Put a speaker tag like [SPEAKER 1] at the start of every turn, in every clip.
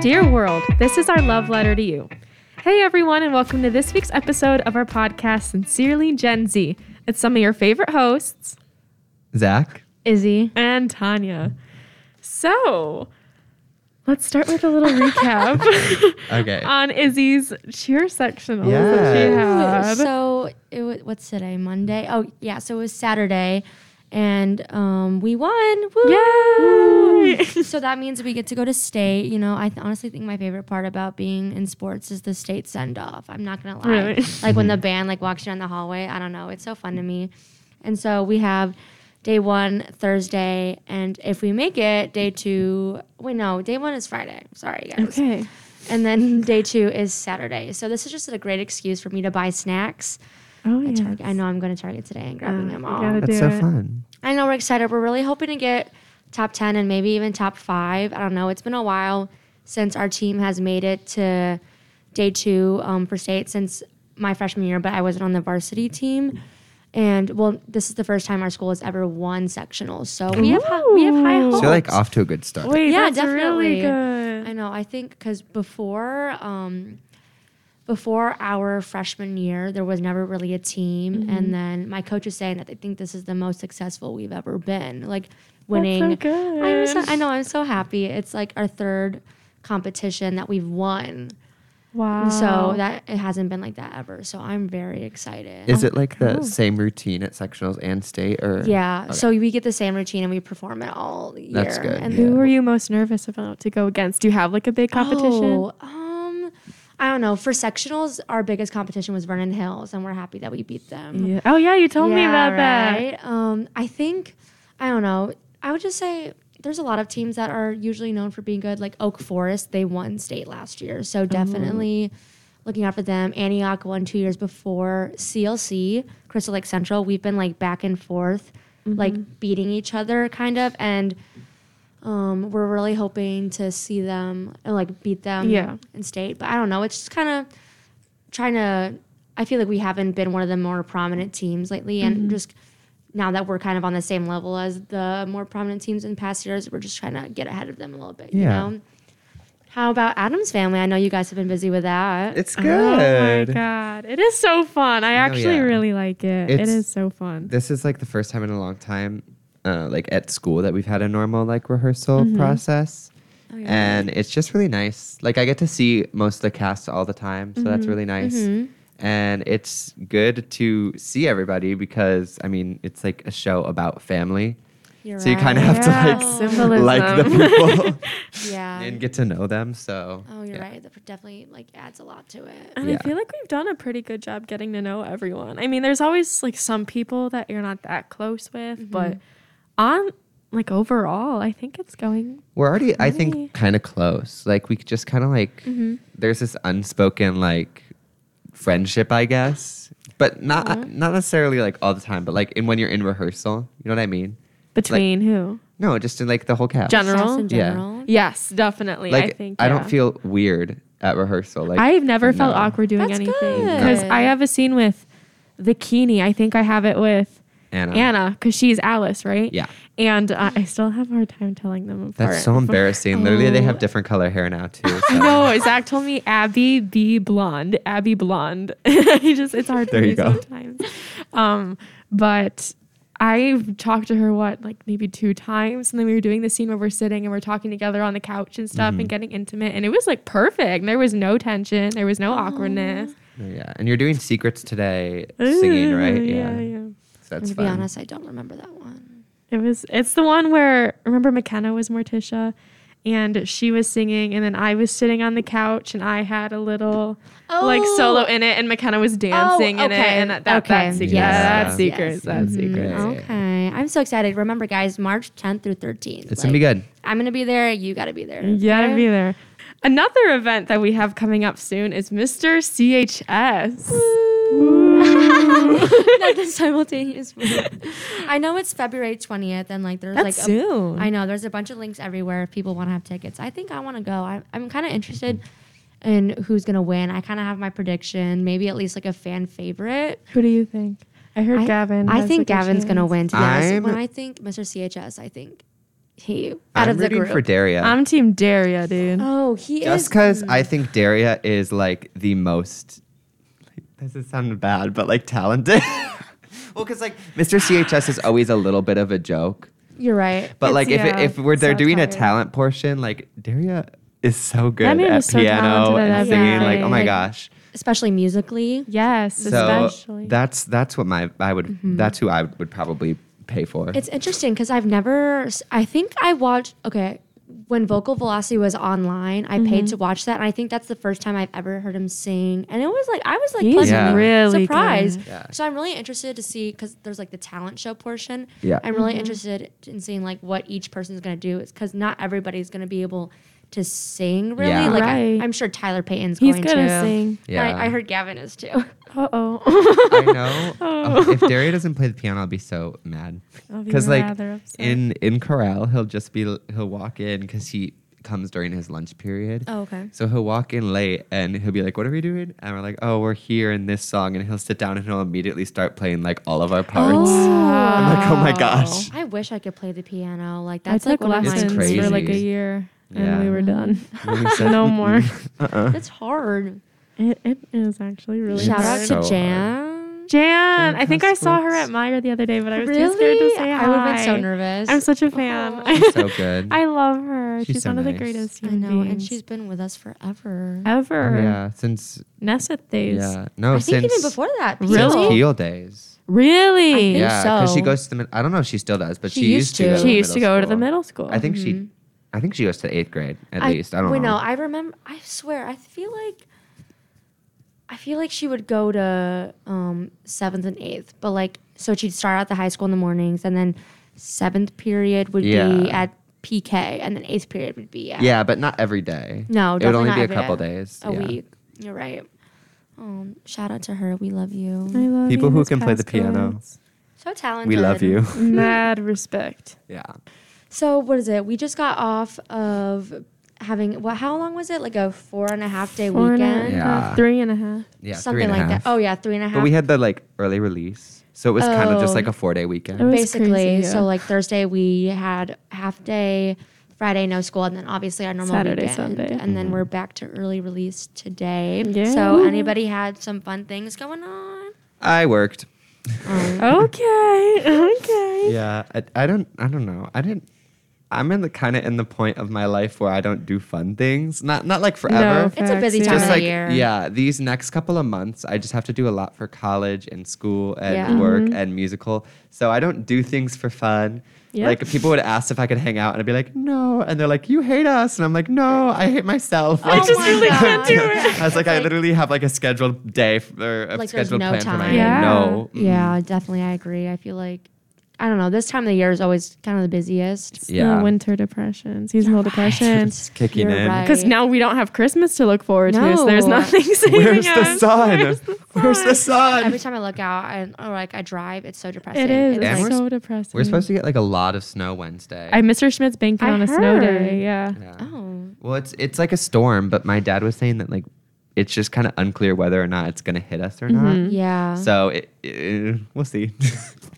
[SPEAKER 1] Dear world, this is our love letter to you. Hey everyone, and welcome to this week's episode of our podcast, Sincerely Gen Z. It's some of your favorite hosts,
[SPEAKER 2] Zach?
[SPEAKER 3] Izzy.
[SPEAKER 1] and Tanya. So, let's start with a little recap
[SPEAKER 2] Okay.
[SPEAKER 1] on Izzy's cheer sectional that
[SPEAKER 2] Yes.
[SPEAKER 1] she had.
[SPEAKER 3] So it was, what's today? Monday. Oh yeah. So it was Saturday, and um, we won. Woo!
[SPEAKER 1] Yay!
[SPEAKER 3] so that means we get to go to state. You know, I th- honestly think my favorite part about being in sports is the state send off. I'm not gonna lie.
[SPEAKER 1] Really?
[SPEAKER 3] Like when the band like walks you down the hallway. I don't know. It's so fun to me. And so we have day one Thursday, and if we make it, day two. Wait, no, day one is Friday. Sorry, guys.
[SPEAKER 1] Okay.
[SPEAKER 3] And then day two is Saturday. So this is just a great excuse for me to buy snacks.
[SPEAKER 1] Oh
[SPEAKER 3] at
[SPEAKER 1] yeah.
[SPEAKER 3] Target. I know I'm going to Target today and grabbing
[SPEAKER 1] Uh,
[SPEAKER 3] them
[SPEAKER 1] you
[SPEAKER 3] all.
[SPEAKER 1] gotta
[SPEAKER 2] That's
[SPEAKER 1] do
[SPEAKER 2] so
[SPEAKER 1] it.
[SPEAKER 2] fun.
[SPEAKER 3] I know we're excited. We're really hoping to get top 10 and maybe even top five. I don't know. It's been a while since our team has made it to day two um, for state since my freshman year, but I wasn't on the varsity team. And well, this is the first time our school has ever won sectionals. So
[SPEAKER 1] Mm-hmm.
[SPEAKER 3] we have, hi- we have high
[SPEAKER 1] Ooh.
[SPEAKER 3] hopes.
[SPEAKER 2] So you're like off to a good start.
[SPEAKER 1] Wait,
[SPEAKER 3] Yeah,
[SPEAKER 1] that's really
[SPEAKER 3] definitely.
[SPEAKER 1] good.
[SPEAKER 3] I know. I think because before, um, before our freshman year, there was never really a team,
[SPEAKER 1] Mm-hmm.
[SPEAKER 3] and then my coach was saying that they think this is the most successful we've ever been, like winning.
[SPEAKER 1] good.
[SPEAKER 3] I'm so, I know. I'm so happy. It's like our third competition that we've won,
[SPEAKER 1] Wow.
[SPEAKER 3] and so that it hasn't been like that ever. So I'm very excited.
[SPEAKER 2] Is it like
[SPEAKER 1] oh.
[SPEAKER 2] the same routine at sectionals and state or
[SPEAKER 3] yeah.
[SPEAKER 2] Okay.
[SPEAKER 3] So we get the same routine and we perform it all year.
[SPEAKER 2] That's good,
[SPEAKER 3] And
[SPEAKER 2] yeah.
[SPEAKER 1] Who are you most nervous about to go against? Do you have like a big competition?
[SPEAKER 3] Oh, um, I don't know. For sectionals, our biggest competition was Vernon Hills, and we're happy that we beat them.
[SPEAKER 1] Yeah. Oh yeah, you told me
[SPEAKER 3] Yeah,
[SPEAKER 1] about that.
[SPEAKER 3] right? Um, I think I don't know. I would just say there's a lot of teams that are usually known for being good. Like Oak Forest, they won state last year,
[SPEAKER 1] Oh.
[SPEAKER 3] so definitely looking out for them. Antioch won two years before. CLC, Crystal Lake Central, we've been like back and forth,
[SPEAKER 1] Mm-hmm.
[SPEAKER 3] like beating each other kind of, and um, we're really hoping to see them and like beat them
[SPEAKER 1] Yeah.
[SPEAKER 3] in state. But I don't know. It's just kind of trying to. I feel like we haven't been one of the more prominent teams lately, and just now that we're kind of on the same level as the more prominent teams in past years, we're just trying to get ahead of them a little bit.
[SPEAKER 2] Yeah.
[SPEAKER 3] You know. How about Adam's family? I know you guys have been busy with that.
[SPEAKER 2] It's
[SPEAKER 1] Oh
[SPEAKER 2] good.
[SPEAKER 1] my god, it is so fun. I actually
[SPEAKER 2] yeah.
[SPEAKER 1] really like it. It
[SPEAKER 2] It's-
[SPEAKER 1] is so fun.
[SPEAKER 2] This is like the first time in a long time, uh, like at school that we've had a normal like rehearsal
[SPEAKER 1] Mm-hmm.
[SPEAKER 2] process.
[SPEAKER 3] Oh, yeah.
[SPEAKER 2] And it's just really nice. Like I get to see most of the cast all the time, so
[SPEAKER 1] Mm-hmm.
[SPEAKER 2] that's really nice. And it's good to see everybody because I mean it's like a show about family.
[SPEAKER 3] You're
[SPEAKER 2] so you kinda
[SPEAKER 3] right.
[SPEAKER 2] have to, like,
[SPEAKER 3] Oh,
[SPEAKER 1] symbolism.
[SPEAKER 2] Like the people
[SPEAKER 3] Yeah.
[SPEAKER 2] and get to know them. So
[SPEAKER 3] oh, you're
[SPEAKER 2] yeah.
[SPEAKER 3] right. That definitely like adds a lot to it.
[SPEAKER 1] and I
[SPEAKER 2] yeah.
[SPEAKER 1] feel like we've done a pretty good job getting to know everyone. I mean, there's always like some people that you're not that close with, but on like overall, I think it's going.
[SPEAKER 2] We're already, I
[SPEAKER 1] Really? Mm-hmm.
[SPEAKER 2] think, kind of close. Like we just kind of like there's this unspoken like friendship, I guess, but not
[SPEAKER 1] Uh-huh.
[SPEAKER 2] not necessarily like all the time, but like in when you're in rehearsal, you know what I mean?
[SPEAKER 1] Between who?
[SPEAKER 2] No, just in like the whole cast.
[SPEAKER 1] General.
[SPEAKER 3] Sass in
[SPEAKER 2] Yeah.
[SPEAKER 3] general.
[SPEAKER 1] Yes, definitely.
[SPEAKER 2] Like
[SPEAKER 1] I think
[SPEAKER 2] don't
[SPEAKER 1] yeah.
[SPEAKER 2] feel weird at rehersal. Like
[SPEAKER 1] I've never felt
[SPEAKER 2] no.
[SPEAKER 1] awkward doing
[SPEAKER 3] That's
[SPEAKER 1] anything
[SPEAKER 3] good.
[SPEAKER 1] because I have a scene with the Keeney. I think I have it with
[SPEAKER 2] Anna.
[SPEAKER 1] Anna because she's Alice, right?
[SPEAKER 2] Yeah.
[SPEAKER 1] And uh, I still have a hard time telling them apart.
[SPEAKER 2] That's so embarrassing. Literally, they have different color hair now too. So.
[SPEAKER 1] No, Zach told me Abby be blonde, Abby blonde. he just it's hard
[SPEAKER 2] There
[SPEAKER 1] for
[SPEAKER 2] you
[SPEAKER 1] me
[SPEAKER 2] go.
[SPEAKER 1] sometimes. Um, but I've talked to her what like maybe two times, and then we were doing the scene where we're sitting and we're talking together on the couch and stuff
[SPEAKER 2] Mm-hmm.
[SPEAKER 1] and getting intimate, and it was like perfect. There was no tension, there was no awkwardness.
[SPEAKER 2] Yeah, and you're doing secrets today, singing, right?
[SPEAKER 1] Ooh, yeah, yeah.
[SPEAKER 2] So
[SPEAKER 3] And
[SPEAKER 2] that's
[SPEAKER 3] to
[SPEAKER 2] fun.
[SPEAKER 3] be honest, I don't remember that one.
[SPEAKER 1] It was it's the one where remember McKenna was Morticia and she was singing and then I was sitting on the couch and I had a little like
[SPEAKER 3] Oh.
[SPEAKER 1] solo in it and McKenna was dancing in it
[SPEAKER 3] okay.
[SPEAKER 1] and that, that,
[SPEAKER 3] Okay.
[SPEAKER 1] that's secret.
[SPEAKER 2] Yes.
[SPEAKER 1] Yeah, that's
[SPEAKER 3] Yes.
[SPEAKER 1] secret. That's secret.
[SPEAKER 2] Yeah, yeah, yeah.
[SPEAKER 3] Okay. I'm so excited. Remember, guys, March 10th through 13th.
[SPEAKER 2] It's gonna be good.
[SPEAKER 3] I'm going to be there. You got to be there.
[SPEAKER 1] You gotta
[SPEAKER 3] okay?
[SPEAKER 1] be there. Another event that we have coming up soon is Mr. CHS.
[SPEAKER 3] Like the simultaneous. movement. I know it's February 20th, and like there's
[SPEAKER 1] That's
[SPEAKER 3] like. A,
[SPEAKER 1] soon.
[SPEAKER 3] I know there's a bunch of links everywhere if people want to have tickets. I think I want to go. I, I'm kind of interested in who's going to win. I kind of have my prediction, maybe at least like a fan favorite.
[SPEAKER 1] Who do you think? I heard
[SPEAKER 3] I-
[SPEAKER 1] Gavin.
[SPEAKER 3] I
[SPEAKER 1] has,
[SPEAKER 3] think
[SPEAKER 1] like, a
[SPEAKER 3] Gavin's going to
[SPEAKER 1] chance.
[SPEAKER 3] win, to be honest.
[SPEAKER 2] I'm-
[SPEAKER 3] When I think Mr. CHS, I think he out
[SPEAKER 2] I'm
[SPEAKER 3] of the
[SPEAKER 2] rooting
[SPEAKER 3] group.
[SPEAKER 2] for Daria.
[SPEAKER 1] I'm team Daria, dude.
[SPEAKER 3] oh, he
[SPEAKER 2] Just
[SPEAKER 3] is.
[SPEAKER 2] because I think Daria is like the most. This is sounding bad, but like talented. well, because like Mr. CHS is always a little bit of a joke,
[SPEAKER 3] You're right.
[SPEAKER 2] but
[SPEAKER 1] It's-
[SPEAKER 2] like if
[SPEAKER 1] yeah,
[SPEAKER 2] it, if we're they're
[SPEAKER 1] so
[SPEAKER 2] doing a
[SPEAKER 1] tired.
[SPEAKER 2] talent portion, like Daria is so good
[SPEAKER 1] man
[SPEAKER 2] at
[SPEAKER 1] is so
[SPEAKER 2] piano
[SPEAKER 1] talented at
[SPEAKER 2] and singing. Like oh
[SPEAKER 1] everything.
[SPEAKER 2] my
[SPEAKER 1] Like,
[SPEAKER 2] gosh!
[SPEAKER 3] Especially musically.
[SPEAKER 1] Yes,
[SPEAKER 2] So
[SPEAKER 1] especially. Mm-hmm.
[SPEAKER 2] that's that's what my I would that's who I would probably pay for.
[SPEAKER 3] It's interesting because I've never. I think I watched. Okay, when Vocal Velocity was online, I paid to watch that, and I think that's the first time I've ever heard him sing. And it was like I was like
[SPEAKER 1] He's
[SPEAKER 3] pleasantly
[SPEAKER 1] really
[SPEAKER 3] surprised.
[SPEAKER 1] good.
[SPEAKER 2] Yeah.
[SPEAKER 3] So I'm really interested to see because there's like the talent show portion.
[SPEAKER 2] Yeah.
[SPEAKER 3] I'm really interested in seeing like what each person's gonna do. It's because not everybody's gonna be able to sing really.
[SPEAKER 2] Yeah.
[SPEAKER 3] Like
[SPEAKER 1] Right.
[SPEAKER 3] I, am sure Tyler Payton's
[SPEAKER 1] He's
[SPEAKER 3] going
[SPEAKER 1] gonna
[SPEAKER 3] to
[SPEAKER 1] sing.
[SPEAKER 3] And
[SPEAKER 2] Yeah.
[SPEAKER 3] I, I heard Gavin is too.
[SPEAKER 1] Uh oh.
[SPEAKER 2] I know. Oh, if Daria doesn't play the piano, I'll be so mad.
[SPEAKER 1] I'll be
[SPEAKER 2] Because like
[SPEAKER 1] rather upset.
[SPEAKER 2] in in corral, he'll just be he'll walk in because he comes during his lunch period.
[SPEAKER 3] Oh, okay.
[SPEAKER 2] So he'll walk in late and he'll be like, "What are we doing?" And we're like, "Oh, we're here in this song." And he'll sit down and he'll immediately start playing like all of our parts. I'm like, "Oh my gosh!"
[SPEAKER 3] I wish I could play the piano. Like
[SPEAKER 1] I
[SPEAKER 3] that's
[SPEAKER 1] took
[SPEAKER 3] like one of my
[SPEAKER 1] lessons
[SPEAKER 2] It's Mm.
[SPEAKER 1] for like a
[SPEAKER 2] crazy.
[SPEAKER 1] year,
[SPEAKER 2] Yeah.
[SPEAKER 1] and we were done.
[SPEAKER 2] We said,
[SPEAKER 1] no more.
[SPEAKER 3] It's hard.
[SPEAKER 1] It, it is actually really
[SPEAKER 3] Shout
[SPEAKER 1] hard.
[SPEAKER 3] out
[SPEAKER 2] so
[SPEAKER 3] to
[SPEAKER 2] hard.
[SPEAKER 3] Jan.
[SPEAKER 1] Jan. I think I saw her
[SPEAKER 2] Pasquitz.
[SPEAKER 1] at Meyer the other day, but I was too
[SPEAKER 3] Really?
[SPEAKER 1] scared to say hi.
[SPEAKER 3] I would have been so nervous.
[SPEAKER 1] I'm such a fan.
[SPEAKER 2] so good.
[SPEAKER 1] I love her.
[SPEAKER 2] She's
[SPEAKER 1] She's,
[SPEAKER 2] so
[SPEAKER 1] one of the
[SPEAKER 2] nice.
[SPEAKER 1] greatest
[SPEAKER 3] I
[SPEAKER 1] human
[SPEAKER 3] know,
[SPEAKER 1] beings
[SPEAKER 3] and she's been with us forever.
[SPEAKER 1] ever.
[SPEAKER 2] Oh, yeah, since
[SPEAKER 1] Nessa days.
[SPEAKER 2] yeah, no,
[SPEAKER 3] I think
[SPEAKER 2] Oh, since
[SPEAKER 3] even before that.
[SPEAKER 1] Really?
[SPEAKER 2] since
[SPEAKER 1] Peel.
[SPEAKER 2] Peel days.
[SPEAKER 1] Really?
[SPEAKER 3] think
[SPEAKER 2] Yeah, because she
[SPEAKER 3] so.
[SPEAKER 2] goes to the. mid- I don't know if she still does, but
[SPEAKER 3] She
[SPEAKER 2] she, used
[SPEAKER 3] used
[SPEAKER 2] to.
[SPEAKER 3] to.
[SPEAKER 2] go to
[SPEAKER 1] she
[SPEAKER 2] the
[SPEAKER 1] used to
[SPEAKER 2] middle
[SPEAKER 1] go to the
[SPEAKER 2] school.
[SPEAKER 1] middle school.
[SPEAKER 2] I think she, I think she goes to the eighth grade at least. I don't
[SPEAKER 3] wait,
[SPEAKER 2] know.
[SPEAKER 3] No, Mm-hmm. I remember. I swear, I feel like. I feel like she would go to um, seventh and eighth, but like so she'd start out the high school in the mornings, and then seventh period would
[SPEAKER 2] Yeah.
[SPEAKER 3] be at PK, and then eighth period would be at
[SPEAKER 2] Yeah, but not every day.
[SPEAKER 3] No,
[SPEAKER 2] it would only be
[SPEAKER 3] definitely
[SPEAKER 2] a
[SPEAKER 3] not every
[SPEAKER 2] couple
[SPEAKER 3] day.
[SPEAKER 2] days.
[SPEAKER 3] a
[SPEAKER 2] yeah.
[SPEAKER 3] week. You're right. Um, shout out to her. We love
[SPEAKER 1] I
[SPEAKER 3] you.
[SPEAKER 1] love
[SPEAKER 2] People
[SPEAKER 1] you,
[SPEAKER 2] who
[SPEAKER 1] Miss
[SPEAKER 2] can play the piano.
[SPEAKER 1] Pasquitz.
[SPEAKER 3] So talented.
[SPEAKER 2] We love you.
[SPEAKER 1] Mad respect.
[SPEAKER 2] Yeah,
[SPEAKER 3] So what is it? We just got off of having what? How long was it? Like a four and a half day
[SPEAKER 1] Four and a
[SPEAKER 3] weekend,
[SPEAKER 2] Yeah.
[SPEAKER 1] half, three and a half.
[SPEAKER 2] yeah,
[SPEAKER 3] something like that. Oh yeah, three and a half.
[SPEAKER 2] but we had the like early release, so it was kind of just
[SPEAKER 3] Oh.
[SPEAKER 2] like a four day
[SPEAKER 1] It
[SPEAKER 2] weekend.
[SPEAKER 1] was
[SPEAKER 3] basically.
[SPEAKER 1] crazy, yeah.
[SPEAKER 3] So like Thursday we had half day, Friday no school, and then obviously our normal
[SPEAKER 1] Saturday,
[SPEAKER 3] weekend.
[SPEAKER 1] Sunday.
[SPEAKER 3] And then
[SPEAKER 2] Mm-hmm.
[SPEAKER 3] we're back to early release today.
[SPEAKER 1] Yeah.
[SPEAKER 3] So anybody had some fun things going on?
[SPEAKER 2] I worked.
[SPEAKER 1] Okay. Okay.
[SPEAKER 2] Yeah, I, I don't. I don't know. I didn't. I'm in the kind of in the point of my life where I don't do fun things. Not not like forever.
[SPEAKER 1] No,
[SPEAKER 3] It's a busy
[SPEAKER 1] Facts,
[SPEAKER 3] time
[SPEAKER 1] yeah.
[SPEAKER 2] just
[SPEAKER 3] of the
[SPEAKER 2] like
[SPEAKER 3] year.
[SPEAKER 2] yeah, these next couple of months, I just have to do a lot for college and school and
[SPEAKER 3] Yeah.
[SPEAKER 2] work and musical. So I don't do things for fun.
[SPEAKER 1] Yep.
[SPEAKER 2] Like people would ask if I could hang out, and I'd be like, no, and they're like, you hate us, and I'm like, no, I hate myself. I
[SPEAKER 1] just
[SPEAKER 3] really can't do
[SPEAKER 1] it.
[SPEAKER 2] I was like, I
[SPEAKER 3] Like-
[SPEAKER 2] literally have like a scheduled day f- or a
[SPEAKER 3] Like, there's
[SPEAKER 2] scheduled
[SPEAKER 3] no
[SPEAKER 2] plan for my
[SPEAKER 3] time.
[SPEAKER 1] Yeah.
[SPEAKER 2] no.
[SPEAKER 3] Yeah, definitely. I agree. I feel like, I don't know, this time of the year is always kind of the busiest.
[SPEAKER 2] Yeah.
[SPEAKER 1] The winter depression, seasonal depression.
[SPEAKER 2] It's kicking
[SPEAKER 3] You're
[SPEAKER 2] in.
[SPEAKER 3] right.
[SPEAKER 1] Because now we don't have Christmas to look forward to, so there's
[SPEAKER 3] No.
[SPEAKER 1] nothing saving
[SPEAKER 2] Where's the
[SPEAKER 1] us.
[SPEAKER 2] sun?
[SPEAKER 1] Where's the
[SPEAKER 2] Where's the
[SPEAKER 3] Every
[SPEAKER 2] sun?
[SPEAKER 3] time I look out and or like I drive, it's so depressing.
[SPEAKER 1] It is.
[SPEAKER 3] It's
[SPEAKER 2] And
[SPEAKER 1] It's
[SPEAKER 2] we're
[SPEAKER 3] like,
[SPEAKER 2] s-
[SPEAKER 1] so depressing.
[SPEAKER 2] We're supposed to get like a lot of snow Wednesday.
[SPEAKER 1] I Mr. Schmidt's banking
[SPEAKER 3] I
[SPEAKER 1] on a snow
[SPEAKER 3] heard.
[SPEAKER 1] day. Yeah.
[SPEAKER 2] Yeah.
[SPEAKER 3] oh,
[SPEAKER 2] Well, it's it's like a storm, but my dad was saying that like it's just kind of unclear whether or not it's gonna hit us or not.
[SPEAKER 3] Mm-hmm. yeah.
[SPEAKER 2] So it, it- we'll see.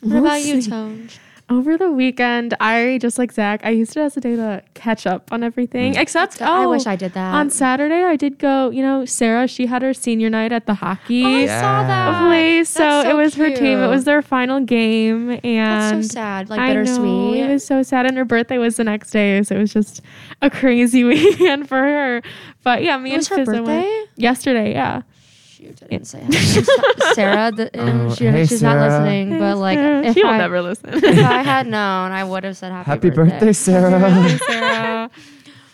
[SPEAKER 3] what about you,
[SPEAKER 1] see.
[SPEAKER 3] Tone?
[SPEAKER 1] Over the weekend, I just like Zach. I used it as a day to catch up on everything.
[SPEAKER 2] Mm.
[SPEAKER 1] Except, oh,
[SPEAKER 3] I wish I did that.
[SPEAKER 1] On Saturday, I did go. You know, Sarah. She had her senior night at the hockey.
[SPEAKER 3] Oh, I
[SPEAKER 2] Yeah.
[SPEAKER 3] saw that.
[SPEAKER 1] place. So,
[SPEAKER 3] That's
[SPEAKER 1] it was her team. It
[SPEAKER 3] cute.
[SPEAKER 1] was their final game, and
[SPEAKER 3] That's so sad. Like
[SPEAKER 1] I know,
[SPEAKER 3] bittersweet.
[SPEAKER 1] it was so sad, and her birthday was the next day, so it was just a crazy weekend for her. But yeah, me
[SPEAKER 3] It was
[SPEAKER 1] and
[SPEAKER 3] her
[SPEAKER 1] Fizza went-
[SPEAKER 3] birthday?
[SPEAKER 1] yesterday. Yeah,
[SPEAKER 3] Shoot, I didn't say that. Sarah, the,
[SPEAKER 2] Oh,
[SPEAKER 3] she,
[SPEAKER 2] hey,
[SPEAKER 3] she's
[SPEAKER 2] Sarah.
[SPEAKER 3] not listening, but like,
[SPEAKER 1] Yeah,
[SPEAKER 3] if
[SPEAKER 1] she will
[SPEAKER 3] I,
[SPEAKER 1] never listen.
[SPEAKER 3] if I had known, I would have said happy,
[SPEAKER 2] Happy birthday, Sarah.
[SPEAKER 1] Sarah.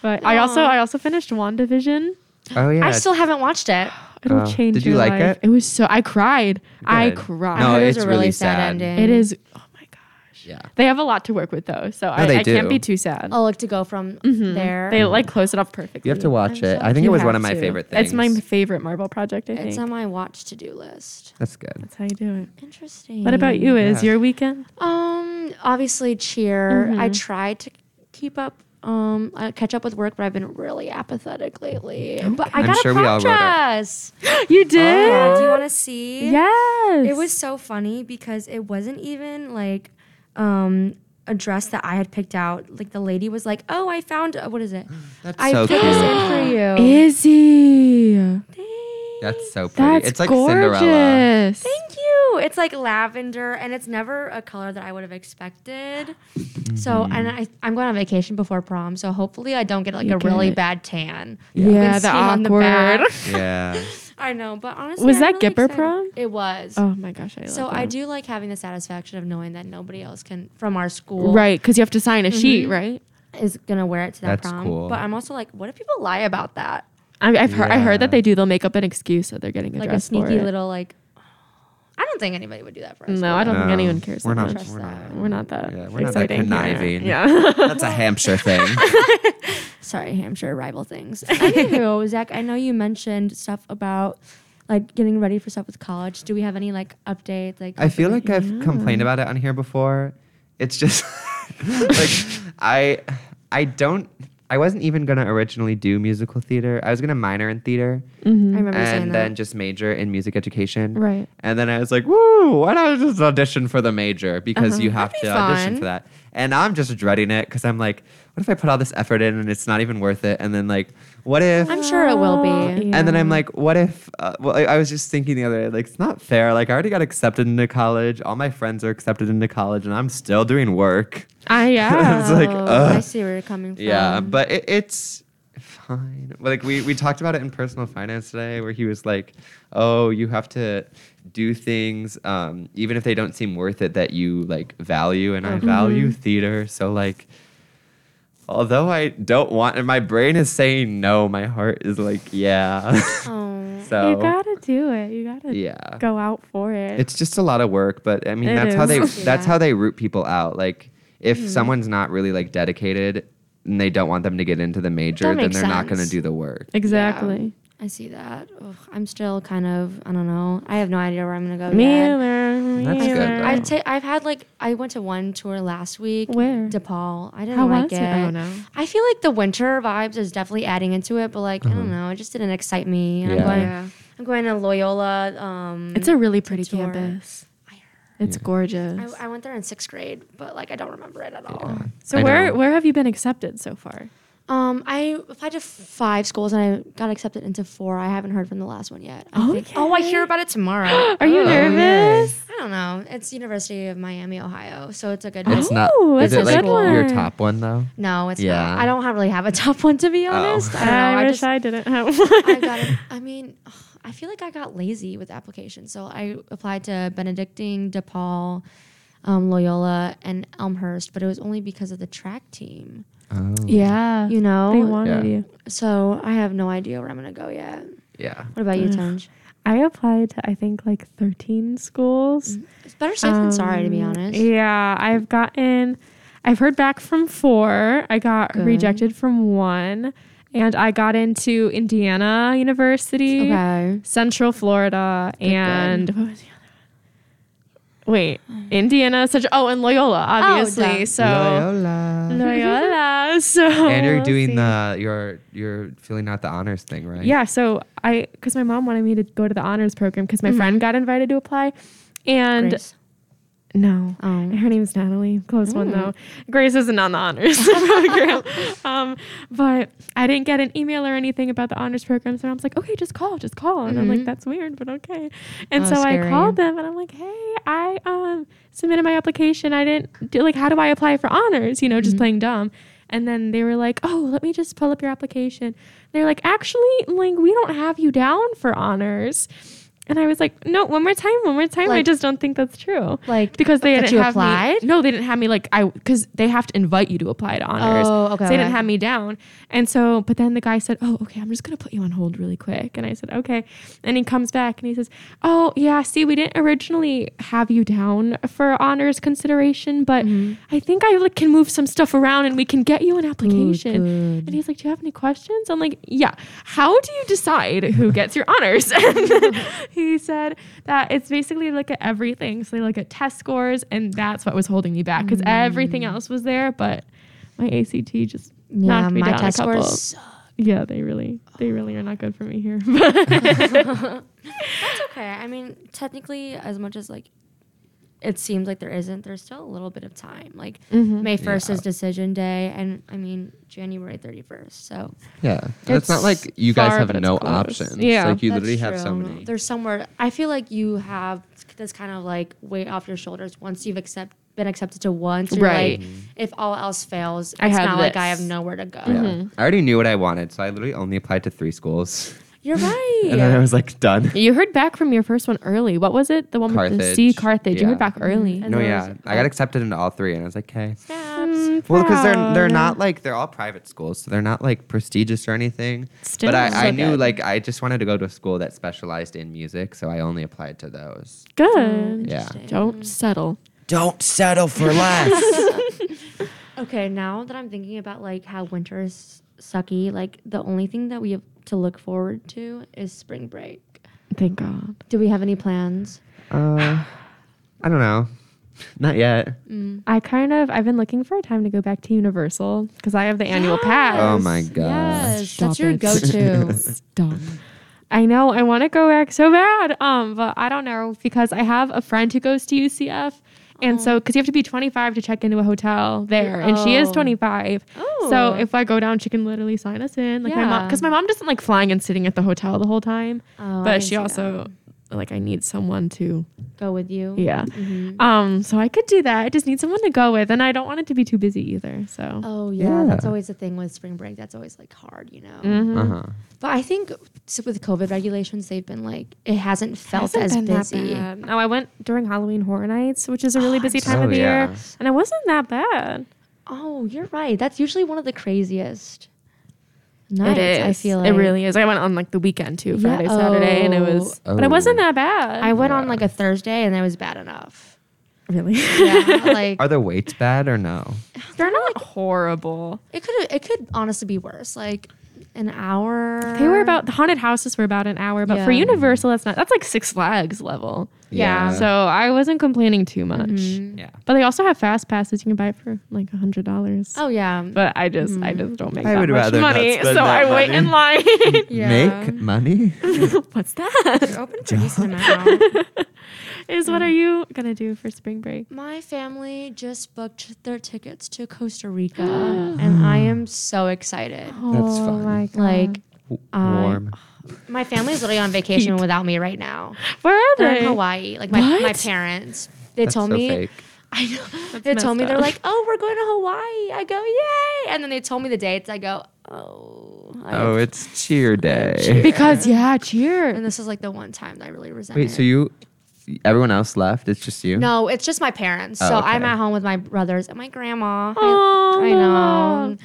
[SPEAKER 1] But I also I also finished Wandavision.
[SPEAKER 2] oh yeah.
[SPEAKER 3] I still haven't watched it.
[SPEAKER 1] It'll
[SPEAKER 2] Oh,
[SPEAKER 1] change.
[SPEAKER 2] did you
[SPEAKER 1] your
[SPEAKER 2] like
[SPEAKER 1] life.
[SPEAKER 2] it?
[SPEAKER 1] It was so I cried. I
[SPEAKER 2] Good.
[SPEAKER 1] cried.
[SPEAKER 2] No,
[SPEAKER 3] I heard it was
[SPEAKER 2] it's
[SPEAKER 3] a really
[SPEAKER 2] really
[SPEAKER 3] sad,
[SPEAKER 2] sad.
[SPEAKER 3] ending.
[SPEAKER 1] it is. Oh my god.
[SPEAKER 2] yeah.
[SPEAKER 1] They have a lot to work with though, so I,
[SPEAKER 2] they
[SPEAKER 1] I can't
[SPEAKER 2] do.
[SPEAKER 1] be too sad.
[SPEAKER 3] I'll look to go from there.
[SPEAKER 1] Mm-hmm. They like close it off perfectly.
[SPEAKER 2] You have to watch
[SPEAKER 3] I'm
[SPEAKER 2] it.
[SPEAKER 3] so-
[SPEAKER 2] I think it
[SPEAKER 3] you
[SPEAKER 2] was one of
[SPEAKER 3] have
[SPEAKER 2] my
[SPEAKER 3] to.
[SPEAKER 2] favorite things.
[SPEAKER 1] It's my favorite Marvel project. I
[SPEAKER 3] it's
[SPEAKER 1] think
[SPEAKER 3] on my watch to do list.
[SPEAKER 2] That's good.
[SPEAKER 1] that's how you do it.
[SPEAKER 3] Interesting.
[SPEAKER 1] What about you? Is
[SPEAKER 2] Yeah.
[SPEAKER 1] your weekend?
[SPEAKER 3] Um, obviously cheer. I tried to keep up, um, uh, catch up with work, but I've been really apathetic lately. But I
[SPEAKER 2] I'm
[SPEAKER 3] got
[SPEAKER 2] sure
[SPEAKER 3] a
[SPEAKER 2] we
[SPEAKER 3] prom
[SPEAKER 2] all wrote our-
[SPEAKER 3] dress.
[SPEAKER 1] You did.
[SPEAKER 3] Yeah, Oh, Do you want to see?
[SPEAKER 1] yes.
[SPEAKER 3] It was so funny because it wasn't even like um a dress that I had picked out. Like the lady was like, "Oh, I found what is it?
[SPEAKER 2] That's
[SPEAKER 3] I
[SPEAKER 2] so
[SPEAKER 3] put
[SPEAKER 2] cute.
[SPEAKER 3] this in for you.
[SPEAKER 1] Izzy.
[SPEAKER 2] That's so pretty.
[SPEAKER 1] That's
[SPEAKER 2] it's like
[SPEAKER 1] gorgeous.
[SPEAKER 2] Cinderella.
[SPEAKER 3] Thank you. It's like lavender, and it's never a color that I would have expected. So,
[SPEAKER 1] Mm-hmm.
[SPEAKER 3] and I, I'm going on vacation before prom, so hopefully I don't get like
[SPEAKER 1] You
[SPEAKER 3] a really
[SPEAKER 1] get-
[SPEAKER 3] bad tan.
[SPEAKER 1] Yeah,
[SPEAKER 3] Been
[SPEAKER 1] the
[SPEAKER 3] seen on the
[SPEAKER 1] awkward.
[SPEAKER 3] back.
[SPEAKER 2] Yeah.
[SPEAKER 3] I know, but honestly,
[SPEAKER 1] Was
[SPEAKER 3] I'm
[SPEAKER 1] that
[SPEAKER 3] really
[SPEAKER 1] Gipper
[SPEAKER 3] excited.
[SPEAKER 1] prom?
[SPEAKER 3] It was.
[SPEAKER 1] oh my gosh, I love
[SPEAKER 3] so I
[SPEAKER 1] that.
[SPEAKER 3] do like having the satisfaction of knowing that nobody else can from our school
[SPEAKER 1] Right, because you have to sign a
[SPEAKER 3] Mm-hmm.
[SPEAKER 1] sheet, right?
[SPEAKER 3] is gonna wear it to that
[SPEAKER 2] That's
[SPEAKER 3] prom.
[SPEAKER 2] cool.
[SPEAKER 3] But I'm also like, what if people lie about that?
[SPEAKER 1] I, I've heard. I heard
[SPEAKER 2] Yeah.
[SPEAKER 1] that they do. They'll make up an excuse that they're getting a
[SPEAKER 3] like a
[SPEAKER 1] dress for
[SPEAKER 3] sneaky
[SPEAKER 1] it.
[SPEAKER 3] little like. I don't think anybody would do that for us.
[SPEAKER 1] No, I don't think
[SPEAKER 2] No,
[SPEAKER 1] anyone cares.
[SPEAKER 2] We're
[SPEAKER 1] that
[SPEAKER 2] not.
[SPEAKER 1] much.
[SPEAKER 2] We're not.
[SPEAKER 1] We're not that.
[SPEAKER 2] Yeah, we're not that
[SPEAKER 1] exciting here.
[SPEAKER 2] conniving.
[SPEAKER 1] Yeah.
[SPEAKER 2] That's a Hampshire thing.
[SPEAKER 3] Sorry, Hampshire rival things. Anywho, Zach, I know you mentioned stuff about like getting ready for stuff with college. Do we have any like updates? Like
[SPEAKER 2] I feel like I've complained about it on here before. It's just like I I don't I wasn't even gonna originally do musical theater. I was gonna minor in theater
[SPEAKER 3] Mm, I remember saying
[SPEAKER 2] and
[SPEAKER 3] that.
[SPEAKER 2] then just major in music education.
[SPEAKER 1] Right.
[SPEAKER 2] And then I was like, woo, why not just audition for the major? Because you have
[SPEAKER 3] Uh-huh. That'd be
[SPEAKER 2] to audition
[SPEAKER 3] fun.
[SPEAKER 2] for that. And now I'm just dreading it because I'm like, what if I put all this effort in and it's not even worth it? And then like, what if
[SPEAKER 3] I'm sure it will be.
[SPEAKER 1] Yeah.
[SPEAKER 2] and then I'm like, what if? Uh, well, I, I was just thinking the other day, like, it's not fair. Like, I already got accepted into college. All my friends are accepted into college, and I'm still doing work.
[SPEAKER 1] I yeah.
[SPEAKER 2] It's like,
[SPEAKER 3] Oh,
[SPEAKER 2] ugh.
[SPEAKER 3] I see where you're coming from.
[SPEAKER 2] yeah, but it, it's fine. Like, we, we talked about it in personal finance today, where he was like, oh, you have to do things, um, even if they don't seem worth it, that you like value. And I
[SPEAKER 1] Mm-hmm.
[SPEAKER 2] value theater. So, like, although I don't want, and my brain is saying no, my heart is like, yeah.
[SPEAKER 3] Oh.
[SPEAKER 2] so.
[SPEAKER 1] you gotta do it. You gotta
[SPEAKER 2] Yeah.
[SPEAKER 1] go out for it.
[SPEAKER 2] It's just a lot of work, but I mean
[SPEAKER 1] It
[SPEAKER 2] that's how they
[SPEAKER 1] is. Mm-hmm.
[SPEAKER 2] that's
[SPEAKER 3] Yeah.
[SPEAKER 2] how they root people out. Like if someone's not really like dedicated and they don't want them to get into the major, then they're
[SPEAKER 3] makes
[SPEAKER 2] not going to
[SPEAKER 3] sense.
[SPEAKER 2] do the work.
[SPEAKER 1] exactly.
[SPEAKER 3] I see that. Ugh, I'm still kind of I don't know. I have no idea where I'm gonna go.
[SPEAKER 1] Me
[SPEAKER 3] yet.
[SPEAKER 1] either. Me
[SPEAKER 2] That's good,
[SPEAKER 1] either.
[SPEAKER 2] though.
[SPEAKER 3] I've, ta- I've had like I went to one tour last week.
[SPEAKER 1] Where?
[SPEAKER 3] DePaul. I didn't
[SPEAKER 1] How
[SPEAKER 3] like
[SPEAKER 1] was
[SPEAKER 3] it.
[SPEAKER 1] it? I don't know.
[SPEAKER 3] I feel like the winter vibes is definitely adding into it, but like I don't know, it just didn't excite me. And
[SPEAKER 2] Yeah.
[SPEAKER 3] I'm going.
[SPEAKER 1] Mm-hmm. Yeah.
[SPEAKER 3] I'm going to Loyola. Um,
[SPEAKER 1] It's a really pretty
[SPEAKER 3] tour.
[SPEAKER 1] campus.
[SPEAKER 3] I heard.
[SPEAKER 1] It's gorgeous.
[SPEAKER 3] I, I went there in sixth grade, but like I don't remember it at all.
[SPEAKER 1] so
[SPEAKER 2] I
[SPEAKER 1] where
[SPEAKER 2] know.
[SPEAKER 1] where have you been accepted so far?
[SPEAKER 3] Um, I applied to five schools and I got accepted into four. I haven't heard from the last one yet. I think- oh, I hear about it tomorrow.
[SPEAKER 1] Are you nervous?
[SPEAKER 3] I don't know. It's University of Miami, Ohio, so it's a good.
[SPEAKER 1] Oh.
[SPEAKER 2] It's not
[SPEAKER 1] Ooh,
[SPEAKER 2] is it
[SPEAKER 1] that's
[SPEAKER 3] a
[SPEAKER 2] like
[SPEAKER 3] good one.
[SPEAKER 2] your top one though?
[SPEAKER 3] no, it's
[SPEAKER 2] Yeah.
[SPEAKER 3] not. I don't have, really have a top one to be honest. I don't know.
[SPEAKER 1] I,
[SPEAKER 3] I,
[SPEAKER 1] wish
[SPEAKER 3] just, I,
[SPEAKER 1] I didn't have one.
[SPEAKER 3] got. A, I mean, ugh, I feel like I got lazy with applications, so I applied to Benedictine, DePaul, um, Loyola, and Elmhurst, but it was only because of the track team.
[SPEAKER 2] Oh.
[SPEAKER 1] yeah.
[SPEAKER 3] You know,
[SPEAKER 1] they wanted
[SPEAKER 2] Yeah.
[SPEAKER 1] you.
[SPEAKER 3] so I have no idea where I'm gonna go yet.
[SPEAKER 2] Yeah.
[SPEAKER 3] What about you, Tunj?
[SPEAKER 1] I applied to I think like 13 schools.
[SPEAKER 3] It's better safe than sorry, to be
[SPEAKER 1] Um,
[SPEAKER 3] honest.
[SPEAKER 1] Yeah, I've gotten, I've heard back from four. I got
[SPEAKER 3] Good.
[SPEAKER 1] rejected from one, and I got into Indiana University,
[SPEAKER 3] Okay.
[SPEAKER 1] Central Florida, and what was the other one? Wait, Indiana, such oh, and Loyola, obviously.
[SPEAKER 3] duh.
[SPEAKER 1] so
[SPEAKER 2] Loyola.
[SPEAKER 1] Loyola. So
[SPEAKER 2] And you're
[SPEAKER 1] we'll
[SPEAKER 2] doing
[SPEAKER 1] see.
[SPEAKER 2] the you're you're filling out the honors thing, right?
[SPEAKER 1] Yeah, so I because my mom wanted me to go to the honors program because my friend got invited to apply, and
[SPEAKER 3] Grace.
[SPEAKER 1] no,
[SPEAKER 3] Oh.
[SPEAKER 1] her name's Natalie. Close one
[SPEAKER 3] Hmm.
[SPEAKER 1] though. Grace isn't on the honors program, um, but I didn't get an email or anything about the honors program. So I was like, okay, just call, just call, and I'm like, that's weird, but okay. And
[SPEAKER 3] Mm-hmm. Oh,
[SPEAKER 1] so I
[SPEAKER 3] scary.
[SPEAKER 1] called them, and I'm like, hey, I um submitted my application. I didn't do like, how do I apply for honors? You know,
[SPEAKER 3] Mm-hmm.
[SPEAKER 1] just playing dumb. And then they were like, oh, let me just pull up your application. They're like, actually, like we don't have you down for honors. And I was like, no, one more time, one more time. I
[SPEAKER 3] Like-
[SPEAKER 1] just don't think that's true
[SPEAKER 3] Like
[SPEAKER 1] because they
[SPEAKER 3] that
[SPEAKER 1] didn't
[SPEAKER 3] you
[SPEAKER 1] have
[SPEAKER 3] applied?
[SPEAKER 1] me. No, they didn't have me like I because they have to invite you to apply to honors.
[SPEAKER 3] Oh, okay,
[SPEAKER 1] So they didn't
[SPEAKER 3] okay.
[SPEAKER 1] have me down, and so but then the guy said, "Oh, okay, I'm just gonna put you on hold really quick," and I said, "Okay," and he comes back and he says, "Oh yeah, see, we didn't originally have you down for honors consideration, but
[SPEAKER 3] Mm-hmm.
[SPEAKER 1] I think I like, can move some stuff around and we can get you an application." and he's like, "Do you have any questions?" I'm like, "Yeah." How do you decide who gets your honors? and then he said that it's basically like at everything. So they look at test scores, and that's what was holding me back because everything else was there, but my ACT just
[SPEAKER 3] yeah,
[SPEAKER 1] knocked me
[SPEAKER 3] my
[SPEAKER 1] down
[SPEAKER 3] test
[SPEAKER 1] a couple.
[SPEAKER 3] scores.
[SPEAKER 1] Yeah, they really, they really are not good for me here.
[SPEAKER 3] That's okay. I mean, technically, as much as like it seems like there isn't, there's still a little bit of time. Like
[SPEAKER 1] Mhm.
[SPEAKER 3] May 1st
[SPEAKER 2] Yeah.
[SPEAKER 3] is decision day, and I mean, January 31st. So
[SPEAKER 2] Yeah. And it's not
[SPEAKER 1] It's
[SPEAKER 2] like you guys
[SPEAKER 1] far,
[SPEAKER 2] have
[SPEAKER 1] but it's
[SPEAKER 2] no
[SPEAKER 1] close.
[SPEAKER 2] options.
[SPEAKER 1] Yeah.
[SPEAKER 2] Like you
[SPEAKER 3] That's
[SPEAKER 2] literally have so
[SPEAKER 3] true.
[SPEAKER 2] many.
[SPEAKER 3] There's somewhere, I feel like you have this kind of like weight off your shoulders once you've accept, been accepted to one. So you're
[SPEAKER 1] Right.
[SPEAKER 3] Like, if all else fails, it's
[SPEAKER 1] I have
[SPEAKER 3] not like
[SPEAKER 1] this.
[SPEAKER 3] I have nowhere to go.
[SPEAKER 2] Yeah.
[SPEAKER 1] Mm-hmm.
[SPEAKER 2] I already knew what I wanted, so I literally only applied to three schools.
[SPEAKER 3] You're right.
[SPEAKER 2] And then I was like, done.
[SPEAKER 1] You heard back from your first one early. What was it? The one with the C
[SPEAKER 2] Carthage.
[SPEAKER 1] Carthage. You
[SPEAKER 2] Yeah.
[SPEAKER 1] heard back early.
[SPEAKER 3] And
[SPEAKER 2] No,
[SPEAKER 3] there
[SPEAKER 2] yeah.
[SPEAKER 3] was- "Oh."
[SPEAKER 2] I got accepted into all three, and I was like, okay.
[SPEAKER 3] Snaps.
[SPEAKER 1] Mm,
[SPEAKER 2] Well, because they're they're
[SPEAKER 1] proud.
[SPEAKER 2] not like they're all private schools, so they're not like prestigious or anything.
[SPEAKER 1] Still,
[SPEAKER 2] but I,
[SPEAKER 1] so
[SPEAKER 2] I knew
[SPEAKER 1] good.
[SPEAKER 2] like I just wanted to go to a school that specialized in music, so I only applied to those.
[SPEAKER 1] Good.
[SPEAKER 2] Yeah.
[SPEAKER 3] Interesting.
[SPEAKER 1] Don't settle.
[SPEAKER 2] Don't settle for less.
[SPEAKER 3] Okay, now that I'm thinking about like how winter is sucky, like the only thing that we have to look forward to is spring break.
[SPEAKER 1] Thank God.
[SPEAKER 3] Do we have any plans?
[SPEAKER 2] uh, I don't know, not yet.
[SPEAKER 1] I kind of I've been looking for a time to go back to Universal because I have the annual pass.
[SPEAKER 2] Oh my god.
[SPEAKER 3] Yes,
[SPEAKER 1] Stop
[SPEAKER 3] that's your
[SPEAKER 1] it.
[SPEAKER 3] go-to.
[SPEAKER 1] Stop. I know. I want to go back so bad. Um, but I don't know because I have a friend who goes to UCF, and so because you have to be 25 to check into a hotel there, and she is
[SPEAKER 3] Oh.
[SPEAKER 1] 25. So
[SPEAKER 3] Oh.
[SPEAKER 1] if I go down, she can literally sign us in. Like my mom,
[SPEAKER 3] Yeah.
[SPEAKER 1] because my mom doesn't like flying and sitting at the hotel the whole time,
[SPEAKER 3] Oh, I
[SPEAKER 1] but
[SPEAKER 3] can
[SPEAKER 1] she
[SPEAKER 3] see
[SPEAKER 1] also like I need someone to
[SPEAKER 3] Go with you.
[SPEAKER 1] yeah. Um, so I could do that. I just need someone to go with, and I don't want it to be too busy either. So
[SPEAKER 3] Oh yeah, that's
[SPEAKER 2] Yeah.
[SPEAKER 3] always the thing with spring break. That's always like hard, you know.
[SPEAKER 1] Mm-hmm.
[SPEAKER 2] Uh huh.
[SPEAKER 3] But I think so with COVID regulations, they've been like it hasn't felt
[SPEAKER 1] hasn't
[SPEAKER 3] as
[SPEAKER 1] been that
[SPEAKER 3] busy.
[SPEAKER 1] bad. No, I went during Halloween Horror Nights, which is a really busy time
[SPEAKER 2] so-
[SPEAKER 1] of the
[SPEAKER 2] Oh, yeah.
[SPEAKER 1] year, and it wasn't that bad.
[SPEAKER 3] Oh, you're right. That's usually one of the craziest. Nights, I feel like
[SPEAKER 1] It really is. I went on like the weekend too, Friday,
[SPEAKER 3] Yeah.
[SPEAKER 1] Saturday, and it was. oh. But it wasn't that bad.
[SPEAKER 3] I went on
[SPEAKER 2] Yeah.
[SPEAKER 3] like a Thursday and it was bad enough.
[SPEAKER 1] really.
[SPEAKER 3] Yeah, like
[SPEAKER 2] Are the weights bad or no?
[SPEAKER 1] They're not horrible.
[SPEAKER 3] It could it could honestly be worse. Like an hour.
[SPEAKER 1] They were about the haunted houses were about an hour, but for
[SPEAKER 3] Yeah.
[SPEAKER 1] Universal, that's not. That's like Six Flags level.
[SPEAKER 3] Yeah.
[SPEAKER 1] So I wasn't complaining too much.
[SPEAKER 2] yeah.
[SPEAKER 1] But they also have fast passes. You can buy it for like a hundred dollars. Mm.
[SPEAKER 3] Oh yeah.
[SPEAKER 1] But I just, I just don't make
[SPEAKER 2] I
[SPEAKER 1] that
[SPEAKER 2] would
[SPEAKER 1] much
[SPEAKER 2] rather not
[SPEAKER 1] money,
[SPEAKER 2] spend
[SPEAKER 1] so I
[SPEAKER 2] that
[SPEAKER 1] wait
[SPEAKER 2] money.
[SPEAKER 1] in line.
[SPEAKER 3] yeah.
[SPEAKER 2] Make money.
[SPEAKER 1] What's that?
[SPEAKER 3] They're open for a decent amount.
[SPEAKER 1] Is what are you gonna do for spring break?
[SPEAKER 3] My family just booked their tickets to Costa Rica, and I am so excited.
[SPEAKER 2] That's
[SPEAKER 1] oh
[SPEAKER 2] fun.
[SPEAKER 1] my god!
[SPEAKER 3] Like
[SPEAKER 2] W-
[SPEAKER 3] I-
[SPEAKER 2] Warm.
[SPEAKER 3] my family's literally on vacation without me right now.
[SPEAKER 1] where are
[SPEAKER 3] They're
[SPEAKER 1] they?
[SPEAKER 3] in Hawaii. Like my, my
[SPEAKER 1] What?
[SPEAKER 3] parents. They
[SPEAKER 2] That's
[SPEAKER 3] told
[SPEAKER 2] so
[SPEAKER 3] me
[SPEAKER 2] fake.
[SPEAKER 3] I know. They told
[SPEAKER 1] messed
[SPEAKER 3] me they're
[SPEAKER 1] up.
[SPEAKER 3] like, "Oh, we're going to Hawaii." I go, "Yay!" And then they told me the dates. I go, "Oh, I
[SPEAKER 2] Oh, it's cheer day.
[SPEAKER 1] Because yeah, cheer.
[SPEAKER 3] And this is like the one time that I really resent.
[SPEAKER 2] Wait,
[SPEAKER 3] it.
[SPEAKER 2] so you, everyone else left? It's just you?
[SPEAKER 3] No, it's just my parents.
[SPEAKER 2] Oh,
[SPEAKER 3] so I'm
[SPEAKER 2] okay.
[SPEAKER 3] at home with my brothers and my grandma.
[SPEAKER 1] Oh,
[SPEAKER 3] I, I know.
[SPEAKER 1] love.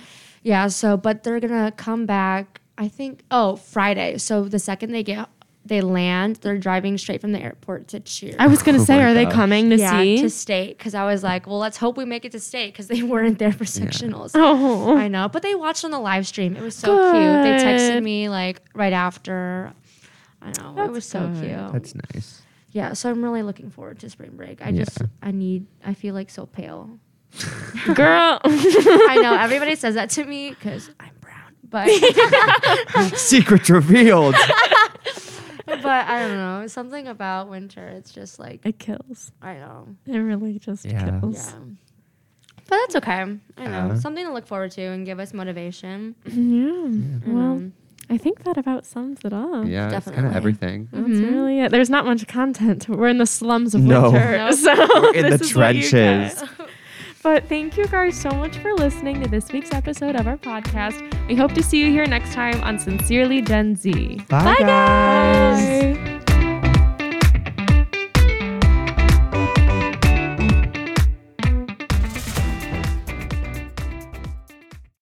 [SPEAKER 3] Yeah. So, but they're gonna come back. I think. Oh, Friday. So the second they get, they land. They're driving straight from the airport to cheer.
[SPEAKER 1] I was gonna
[SPEAKER 2] Oh
[SPEAKER 1] say,
[SPEAKER 2] my
[SPEAKER 1] are they
[SPEAKER 2] gosh.
[SPEAKER 1] coming to
[SPEAKER 3] yeah,
[SPEAKER 1] see?
[SPEAKER 3] to state because I was like, well, let's hope we make it to state because they weren't there for sectionals.
[SPEAKER 1] oh,
[SPEAKER 3] I know, but they watched on the live stream. It was so cute. They texted
[SPEAKER 1] Good.
[SPEAKER 3] me like right after. I know it
[SPEAKER 1] That's
[SPEAKER 3] was so
[SPEAKER 1] good.
[SPEAKER 3] cute.
[SPEAKER 2] That's nice.
[SPEAKER 3] Yeah, so I'm really looking forward to spring break. I
[SPEAKER 2] Yeah.
[SPEAKER 3] just I need I feel like so pale.
[SPEAKER 1] girl.
[SPEAKER 3] I know everybody says that to me because I'm brown, but
[SPEAKER 2] Secret revealed.
[SPEAKER 3] but I don't know something about winter. It's just like
[SPEAKER 1] it kills.
[SPEAKER 3] I know,
[SPEAKER 1] It really just
[SPEAKER 2] Yeah.
[SPEAKER 1] kills.
[SPEAKER 3] yeah. But that's okay. I know
[SPEAKER 2] Yeah.
[SPEAKER 3] something to look forward to and give us motivation.
[SPEAKER 1] Yeah.
[SPEAKER 3] I
[SPEAKER 1] Well,
[SPEAKER 3] know.
[SPEAKER 1] I think that about sums it up.
[SPEAKER 2] yeah, it's kind of
[SPEAKER 3] Definitely.
[SPEAKER 2] everything.
[SPEAKER 1] That's really it. There's not much content. We're in the slums of
[SPEAKER 2] No.
[SPEAKER 1] winter.
[SPEAKER 3] No.
[SPEAKER 1] So
[SPEAKER 2] in the
[SPEAKER 1] this is what you get.
[SPEAKER 2] trenches.
[SPEAKER 1] But thank you guys so much for listening to this week's episode of our podcast. We hope to see you here next time on Sincerely Gen Z.
[SPEAKER 2] Bye, guys.
[SPEAKER 1] Bye.